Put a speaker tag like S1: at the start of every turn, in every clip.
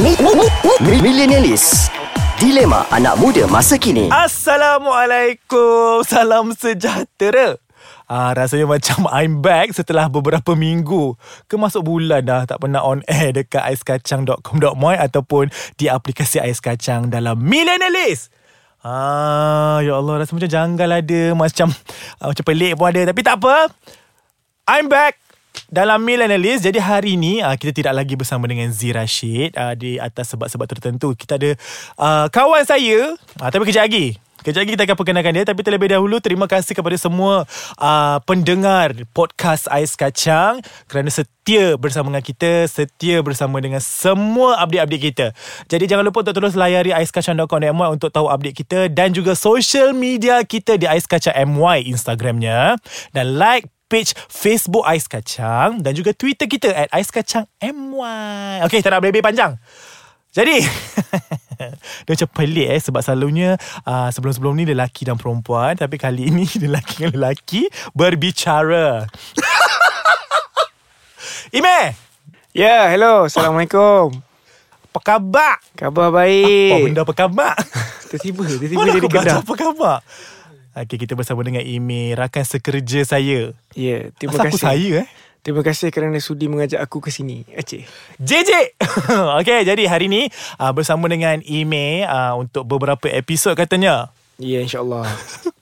S1: Mi- mi- mi- mi- Millenialis Dilema anak muda masa kini
S2: Assalamualaikum Salam sejahtera Ah, rasanya macam I'm back setelah beberapa minggu ke masuk bulan dah tak pernah on air dekat aiskacang.com.my ataupun di aplikasi Ais Kacang dalam Millennialist. Ah, ya Allah rasa macam janggal ada macam ah, macam pelik pun ada tapi tak apa. I'm back dalam Meal Analyst Jadi hari ni uh, Kita tidak lagi bersama dengan Z Rashid uh, Di atas sebab-sebab tertentu Kita ada uh, kawan saya uh, Tapi kejap lagi Kejap lagi kita akan perkenalkan dia Tapi terlebih dahulu Terima kasih kepada semua uh, Pendengar Podcast Ais Kacang Kerana setia bersama dengan kita Setia bersama dengan semua update-update kita Jadi jangan lupa untuk terus layari aiskacang.com.my Untuk tahu update kita Dan juga social media kita Di Ais Kacang MY Instagramnya Dan like page Facebook Ais Kacang dan juga Twitter kita at Ais Kacang MY. Okey, tak nak lebih panjang. Jadi Dia macam pelik eh Sebab selalunya uh, Sebelum-sebelum ni Lelaki dan perempuan Tapi kali ini Lelaki dengan lelaki Berbicara Ime
S3: Ya, yeah, hello. Assalamualaikum.
S2: Apa khabar?
S3: Khabar
S2: Eh.
S3: baik.
S2: Oh benda apa khabar?
S3: Tiba-tiba, tiba-tiba
S2: Mana
S3: jadi
S2: aku baca
S3: kedah.
S2: apa khabar? Okey kita bersama dengan Ime Rakan sekerja saya
S3: Ya, yeah, terima
S2: Asal
S3: kasih.
S2: aku saya eh
S3: Terima kasih kerana sudi mengajak aku ke sini. Aceh.
S2: JJ Okay jadi hari ni uh, Bersama dengan Ime uh, Untuk beberapa episod katanya
S3: Ya, yeah, insyaAllah.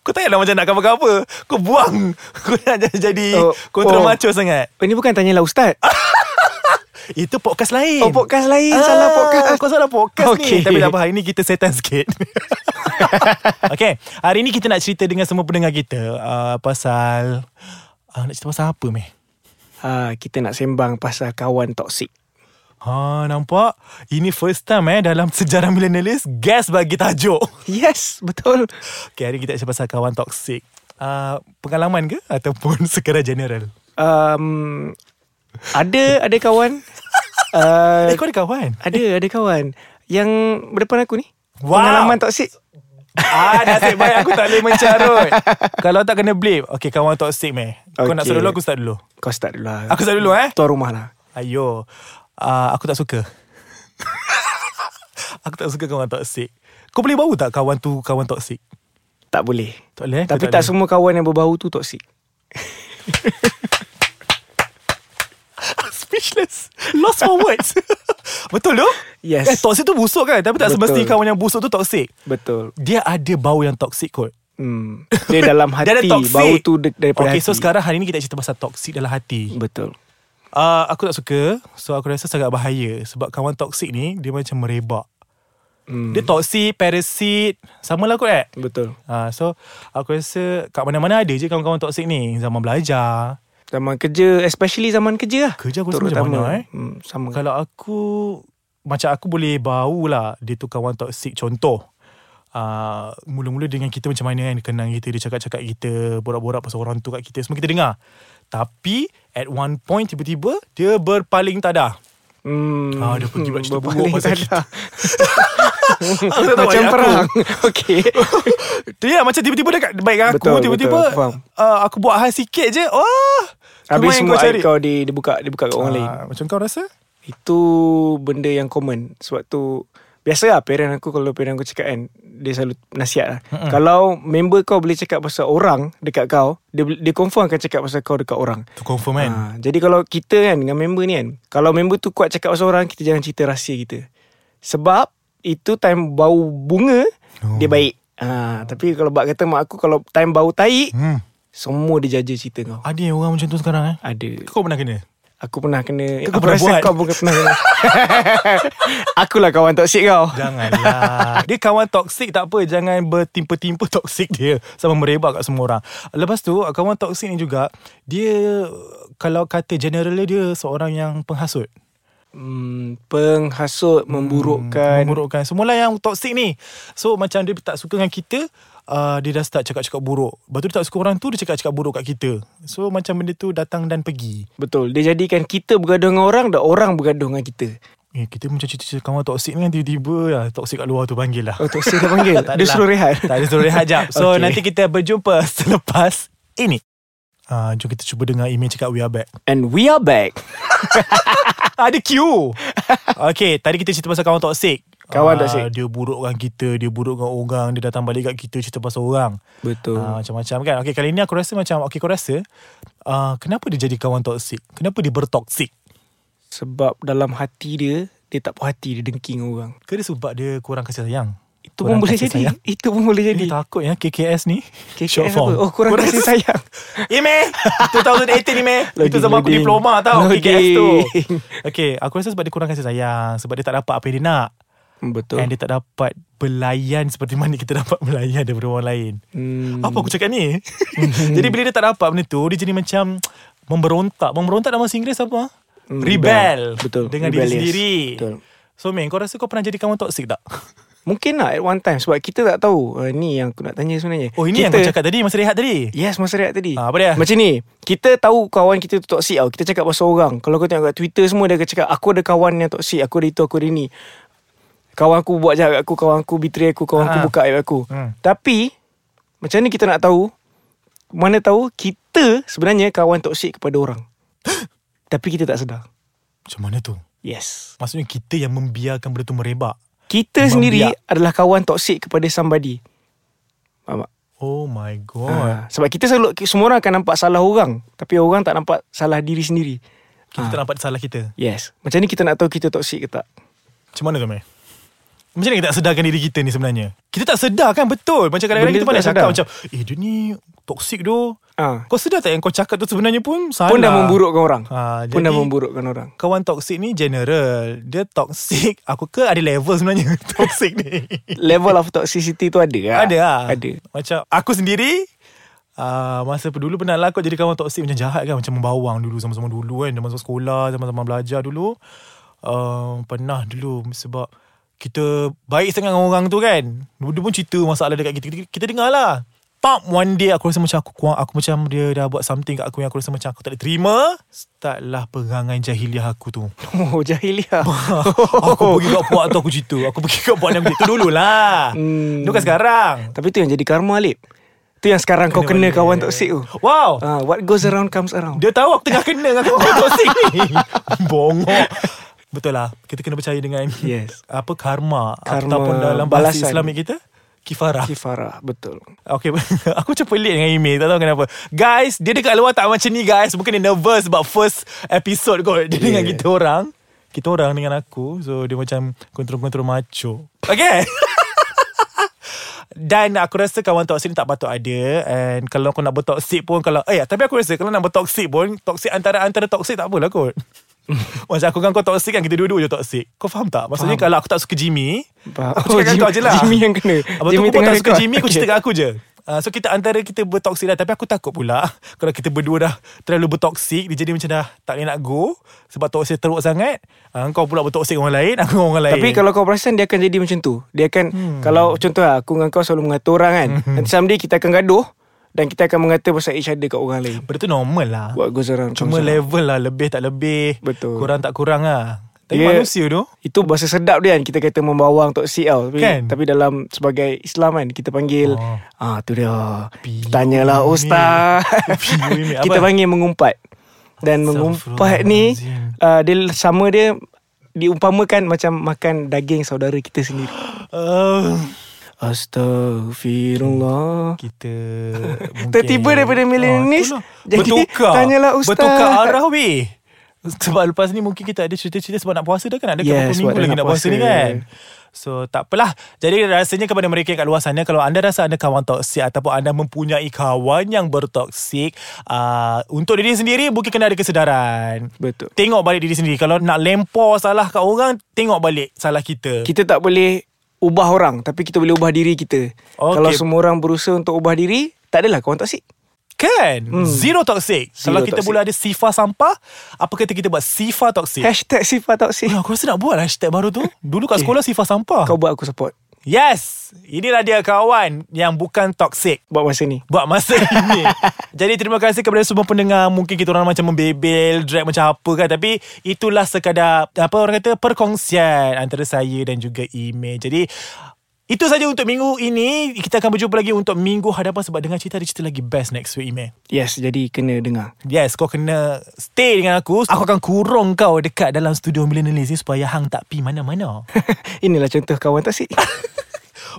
S2: Kau tak nak macam nak cover apa Kau buang Kau nak jadi- jadi oh,
S3: Oh,
S2: Kontra oh.
S3: oh.
S2: macho sangat
S3: Oh, ini bukan tanyalah Ustaz.
S2: Itu Ah, podcast lain Ah,
S3: Oh, podcast lain. Salah podcast.
S2: Kau salah podcast okay. ni
S3: Okey.
S2: Tapi tak apa Hari ni kita setan sikit Okay Hari ni kita nak cerita Dengan semua pendengar kita uh, Pasal uh, Nak cerita pasal apa meh
S3: Ha, kita nak sembang pasal kawan toksik.
S2: Ha nampak Ini first time eh Dalam sejarah millennialist Guest bagi tajuk
S3: Yes, betul.
S2: Okay, hari kita cakap pasal kawan toksik. Uh, pengalaman ke ataupun sekadar general?
S3: Um, ada, ada kawan. Uh,
S2: Eh, kau ada kawan?
S3: ada, ada kawan. Yang berdepan aku ni.
S2: Wow.
S3: Pengalaman toksik.
S2: ah, nasib baik aku tak boleh mencarut. Kalau tak kena blip. Okay, kawan toksik meh. Kau nak
S3: Okay.
S2: start dulu, aku start dulu.
S3: Kau start dulu lah.
S2: Aku start dulu eh.
S3: Tuan rumah lah.
S2: Ayo. Uh, aku tak suka. aku tak suka kawan toksik. Kau boleh bau tak kawan tu kawan toksik?
S3: Tak boleh.
S2: Tak boleh, eh? Kau
S3: Tapi
S2: tak
S3: tak, tak
S2: boleh.
S3: semua kawan yang berbau tu toksik.
S2: Speechless. Lost for words. Betul tu?
S3: Yes.
S2: Eh, toksik tu busuk kan? Tapi tak
S3: Betul.
S2: semestinya kawan yang busuk tu toksik.
S3: Betul.
S2: Dia ada bau yang toksik kot.
S3: Hmm. Dia dalam hati.
S2: Dia ada toxic
S3: Bau tu de- daripada
S2: okay,
S3: hati.
S2: so sekarang hari ni kita cerita pasal toxic dalam hati
S3: Betul.
S2: uh, Aku tak suka So aku rasa sangat bahaya Sebab kawan toxic ni Dia macam merebak hmm. Dia toxic, parasit Sama lah kot eh
S3: Betul.
S2: uh, So aku rasa Kat mana-mana ada je kawan-kawan toxic ni Zaman belajar
S3: Zaman kerja, especially zaman kerja lah.
S2: Kerja aku rasa macam
S3: Terutama.
S2: mana, eh?
S3: Hmm, sama.
S2: Kalau aku Macam aku boleh bau lah Dia tu kawan toksik Contoh uh, Mula-mula dengan kita macam mana kan Dia Kenang kita Dia cakap-cakap kita Borak-borak pasal orang tu kat kita Semua kita dengar Tapi At one point tiba-tiba Dia berpaling tadah
S3: Hmm,
S2: Ah, dia pergi buat cerita buruk
S3: berpaling
S2: pasal
S3: tak
S2: kita.
S3: ada.
S2: Aku Ah, tak tahu
S3: macam
S2: ayat aku.
S3: perang. Okey.
S2: Dia lah, macam tiba-tiba dekat Baik dengan aku
S3: Betul,
S2: Tiba-tiba
S3: betul, faham.
S2: uh, Aku buat hal sikit je Oh Kemain
S3: Habis semua kau kau di, dibuka dibuka kat orang
S2: Ah,
S3: lain.
S2: Macam kau rasa
S3: Itu benda yang common. Sebab tu Biasa lah parent aku Kalau parent aku cakap kan Dia selalu nasihat lah mm-hmm. Kalau member kau boleh cakap pasal orang Dekat kau Dia, dia confirm akan cakap pasal kau dekat orang
S2: Tu confirm kan
S3: Ha, jadi kalau kita kan dengan member ni kan, kalau member tu kuat cakap pasal orang, kita jangan cerita rahsia kita. Sebab itu time bau bunga,
S2: Oh.
S3: oh. dia baik. Ha, tapi kalau bak kata mak aku kalau time bau tai,
S2: hmm.
S3: semua dia jaja cerita kau.
S2: Ada yang orang macam tu sekarang eh
S3: Ada.
S2: Kau pernah kena
S3: Aku pernah kena
S2: Kau
S3: Aku
S2: pernah
S3: rasa
S2: buat?
S3: kau bukan pernah kena Akulah kawan toksik kau
S2: Janganlah Dia kawan toksik tak apa Jangan bertimpa-timpa toksik dia Sama merebak kat semua orang Lepas tu Kawan toksik ni juga Dia Kalau kata generally Dia seorang yang penghasut
S3: hmm, Penghasut
S2: Hmm,
S3: Memburukkan
S2: Memburukkan Semualah yang toksik ni So macam dia tak suka dengan kita uh, Dia dah start cakap-cakap buruk Lepas tu dia tak suka orang tu Dia cakap-cakap buruk kat kita So macam benda tu Datang dan pergi
S3: Betul Dia jadikan kita bergaduh dengan orang Dan orang bergaduh dengan kita
S2: Eh, kita macam cerita-cerita kawan toksik ni kan tiba-tiba lah, toksik kat luar tu panggil lah.
S3: Oh toksik dia panggil
S2: Tak
S3: Dia
S2: adalah.
S3: suruh rehat
S2: Tak ada suruh rehat jap So okay.
S3: Okay.
S2: nanti kita berjumpa selepas ini Ah, jom kita cuba dengar email cakap we are back.
S3: And we are back
S2: Ada cue. Okay Tadi kita cerita pasal kawan toksik
S3: Kawan
S2: Ah,
S3: toksik.
S2: Dia burukkan kita Dia burukkan orang Dia datang balik kat kita Cerita pasal orang
S3: Betul.
S2: Ah, Macam-macam kan Okay kali ni aku rasa macam Okay kau rasa uh, Kenapa dia jadi kawan toksik Kenapa dia bertoksik
S3: Sebab dalam hati dia Dia tak puas hati Dia dengking orang
S2: Ke dia sebab dia kurang kasih sayang
S3: Itu pun boleh jadi
S2: sayang.
S3: Itu pun boleh
S2: Jadi
S3: jadi
S2: takut ya KKS ni
S3: KKS
S2: Short
S3: apa?
S2: form.
S3: Oh kurang kasih sayang
S2: Eh meh 2018 ni meh Itu
S3: Loading,
S2: zaman aku
S3: loading.
S2: diploma tau
S3: Loading.
S2: KKS tu Okay Aku rasa sebab dia kurang kasih sayang Sebab dia tak dapat apa yang dia nak
S3: Betul
S2: Betul. And dia tak dapat Belayan seperti mana kita dapat Belayan daripada orang lain
S3: Hmm.
S2: hmm. Apa aku cakap ni Jadi bila dia tak dapat benda tu Dia jadi macam Memberontak Memberontak dalam bahasa Inggeris apa
S3: Hmm,
S2: Rebel
S3: betul.
S2: Dengan
S3: Rebellious.
S2: diri sendiri
S3: Betul.
S2: So Ming kau rasa kau pernah jadi kawan toksik tak?
S3: Mungkin lah at one time Sebab kita tak tahu uh, Ni yang aku nak tanya sebenarnya
S2: Oh ini
S3: kita,
S2: yang kau cakap tadi Masa rehat tadi
S3: Yes masa react tadi
S2: Ah, apa dia?
S3: Macam ni Kita tahu kawan kita tu toksik tau Kita cakap pasal orang Kalau kau tengok kat Twitter semua Dia akan cakap Aku ada kawan yang toksik Aku ada itu aku ada ni Kawan aku buat jahat kat aku Kawan aku betray aku Kawan aku
S2: Ah.
S3: buka aib aku
S2: Hmm.
S3: Tapi Macam ni kita nak tahu Mana tahu Kita sebenarnya kawan toksik kepada orang Tapi kita tak sedar
S2: Macam mana tu?
S3: Yes
S2: Maksudnya kita yang membiarkan benda tu merebak.
S3: Kita
S2: Membiak.
S3: sendiri adalah kawan toksik kepada somebody Faham tak?
S2: Oh my
S3: Ah,
S2: god.
S3: sebab kita selalu semua orang akan nampak salah orang tapi orang tak nampak salah diri sendiri. Ah.
S2: Kita
S3: Ha.
S2: tak nampak salah kita.
S3: Yes. Macam ni kita nak tahu kita toksik ke tak?
S2: Macam mana tu, Meh? Macam mana kita tak sedarkan diri kita ni sebenarnya? Kita tak sedar kan betul. Macam kadang-kadang
S3: Benda
S2: kita pandai
S3: tak
S2: cakap
S3: sedar.
S2: macam, eh dia ni toksik doh.
S3: Ah.
S2: Kau sedar tak yang kau cakap tu sebenarnya pun salah.
S3: Pun dah memburukkan orang.
S2: Ah,
S3: Pun dah
S2: jadi-
S3: memburukkan orang.
S2: Kawan toksik ni general. Dia toksik. Aku ke ada level sebenarnya toksik ni.
S3: Level of toxicity tu ada lah.
S2: Ada lah.
S3: Ada.
S2: Macam aku sendiri Uh, masa dulu pernah lah kau jadi kawan toksik macam jahat kan Macam membawang dulu sama-sama dulu kan Sama-sama sekolah, sama-sama belajar dulu uh, Pernah dulu sebab kita baik sangat dengan orang tu kan Dia pun cerita masalah dekat kita Kita, kita dengar lah Pop one day aku rasa macam aku kurang Aku macam dia dah buat something kat aku Yang aku rasa macam aku tak boleh terima Startlah perangai jahiliah aku tu
S3: Oh, jahiliah.
S2: Aku pergi kat puak tu aku cerita Aku pergi kat puak yang Itu dulu lah
S3: Hmm.
S2: Bukan sekarang
S3: Tapi tu yang jadi karma, Lip. Tu yang sekarang kau
S2: Kena balik.
S3: kena kawan toksik tu.
S2: Wow
S3: Ah, what goes around comes around.
S2: Dia tahu aku tengah kena Dengan kawan toksik ni Bongok Betul lah Kita kena percaya dengan
S3: Yes.
S2: Apa karma,
S3: Karma,
S2: Ataupun dalam bahasa
S3: balasan.
S2: islamik kita Kifarah
S3: Kifarah, betul.
S2: Okay Aku macam pelik dengan email Tak tahu kenapa Guys Dia dekat luar tak macam ni guys Mungkin dia nervous Sebab first episode kot Dia yeah. dengan kita orang Kita orang dengan aku So dia macam Kontrol-kontrol macho Okay Dan aku rasa kawan toksik ni tak patut ada And kalau kau nak bertoksik pun kalau, Eh tapi aku rasa kalau nak bertoksik pun Toksik antara-antara toksik tak apalah kot Macam aku dengan kau toksik kan Kita dua-dua je toksik Kau faham tak? Maksudnya
S3: Faham.
S2: kalau aku tak suka Jimmy
S3: Faham.
S2: Aku cakap
S3: Oh,
S2: dengan kau je lah
S3: Jimmy- Jimmy yang kena.
S2: Abang
S3: Jimmy
S2: Jimmy tu kau
S3: tengah
S2: tak suka
S3: record.
S2: Jimmy Kau cerita
S3: Okay.
S2: kat aku je uh, So kita antara kita bertoksik lah Tapi aku takut pula Kalau kita berdua dah terlalu bertoksik Dia jadi macam dah tak boleh nak go Sebab toksik teruk sangat uh, Kau pula bertoksik dengan orang lain Aku dengan orang lain
S3: Tapi kalau kau perasan Dia akan jadi macam tu Dia akan hmm. Kalau contoh lah Aku dengan kau selalu mengatur orang kan hmm. Nanti someday kita akan gaduh Dan kita akan mengata Pasal each other kat orang lain
S2: Benda tu normal lah
S3: What goes around
S2: Cuma
S3: comes around.
S2: level lah Lebih tak lebih
S3: Betul.
S2: Kurang tak kurang lah Tapi
S3: Dia-
S2: manusia tu
S3: Itu bahasa sedap dia kan Kita kata membawang toksik tau tapi,
S2: Kan?
S3: tapi dalam Sebagai Islam kan Kita panggil
S2: Oh.
S3: Ah tu dia
S2: Piyu
S3: Tanyalah
S2: ni.
S3: ustaz
S2: Piyu ni, apa?
S3: Kita panggil mengumpat Dan mengumpat ni
S2: Astaghfirullahalazim.
S3: uh, Dia sama dia Diumpamakan macam Makan daging saudara kita sendiri
S2: uh,
S3: Ah. Astaghfirullah
S2: Kita mungkin-
S3: Tiba-tiba daripada millennials,
S2: Ah, itulah.
S3: jadi
S2: Bertukar
S3: tanyalah ustaz.
S2: Bertukar arah weh Sebab lepas ni mungkin kita ada cerita-cerita Sebab nak puasa dah kan Ada yes,
S3: Yes,
S2: minggu
S3: sebab dah
S2: lagi
S3: nak
S2: nak puasa. ni
S3: puasa.
S2: kan So tak apalah Jadi rasanya kepada mereka yang kat luar sana Kalau anda rasa anda kawan toksik Ataupun anda mempunyai kawan yang bertoksik uh, Untuk diri sendiri Mungkin kena ada kesedaran
S3: Betul.
S2: Tengok balik diri sendiri Kalau nak lempar salah kat orang Tengok balik salah kita
S3: Kita tak boleh ubah orang Tapi kita boleh ubah diri kita
S2: Okey.
S3: Kalau semua orang berusaha untuk ubah diri Tak adalah kawan toksik
S2: Kan hmm. Zero toxic
S3: Zero
S2: Kalau kita
S3: toxic.
S2: boleh ada sifar sampah Apa kata kita buat sifar toxic
S3: Hashtag sifat toksik
S2: Ya, aku rasa nak buat hashtag baru tu Dulu kat
S3: Okay.
S2: sekolah sifar sampah
S3: Eh. Kau buat aku support
S2: Yes Inilah dia kawan Yang bukan toxic
S3: Buat masa ni
S2: Buat masa ini Jadi terima kasih kepada semua pendengar Mungkin kita orang macam membebel Drag macam apa kan Tapi itulah sekadar Apa orang kata Perkongsian Antara saya dan juga email Jadi Itu saja untuk minggu ini. Kita akan berjumpa lagi untuk minggu hadapan sebab dengar cerita ada cerita lagi best next week, Ime.
S3: Yes, jadi kena dengar.
S2: Yes, kau kena stay dengan aku. Aku akan kurung kau dekat dalam studio Millennialist ni supaya hang tak pi mana-mana.
S3: Inilah contoh kawan toksik.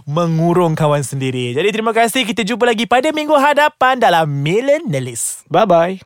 S2: Mengurung kawan sendiri. Jadi terima kasih. Kita jumpa lagi pada minggu hadapan dalam Millennialist.
S3: Bye-bye.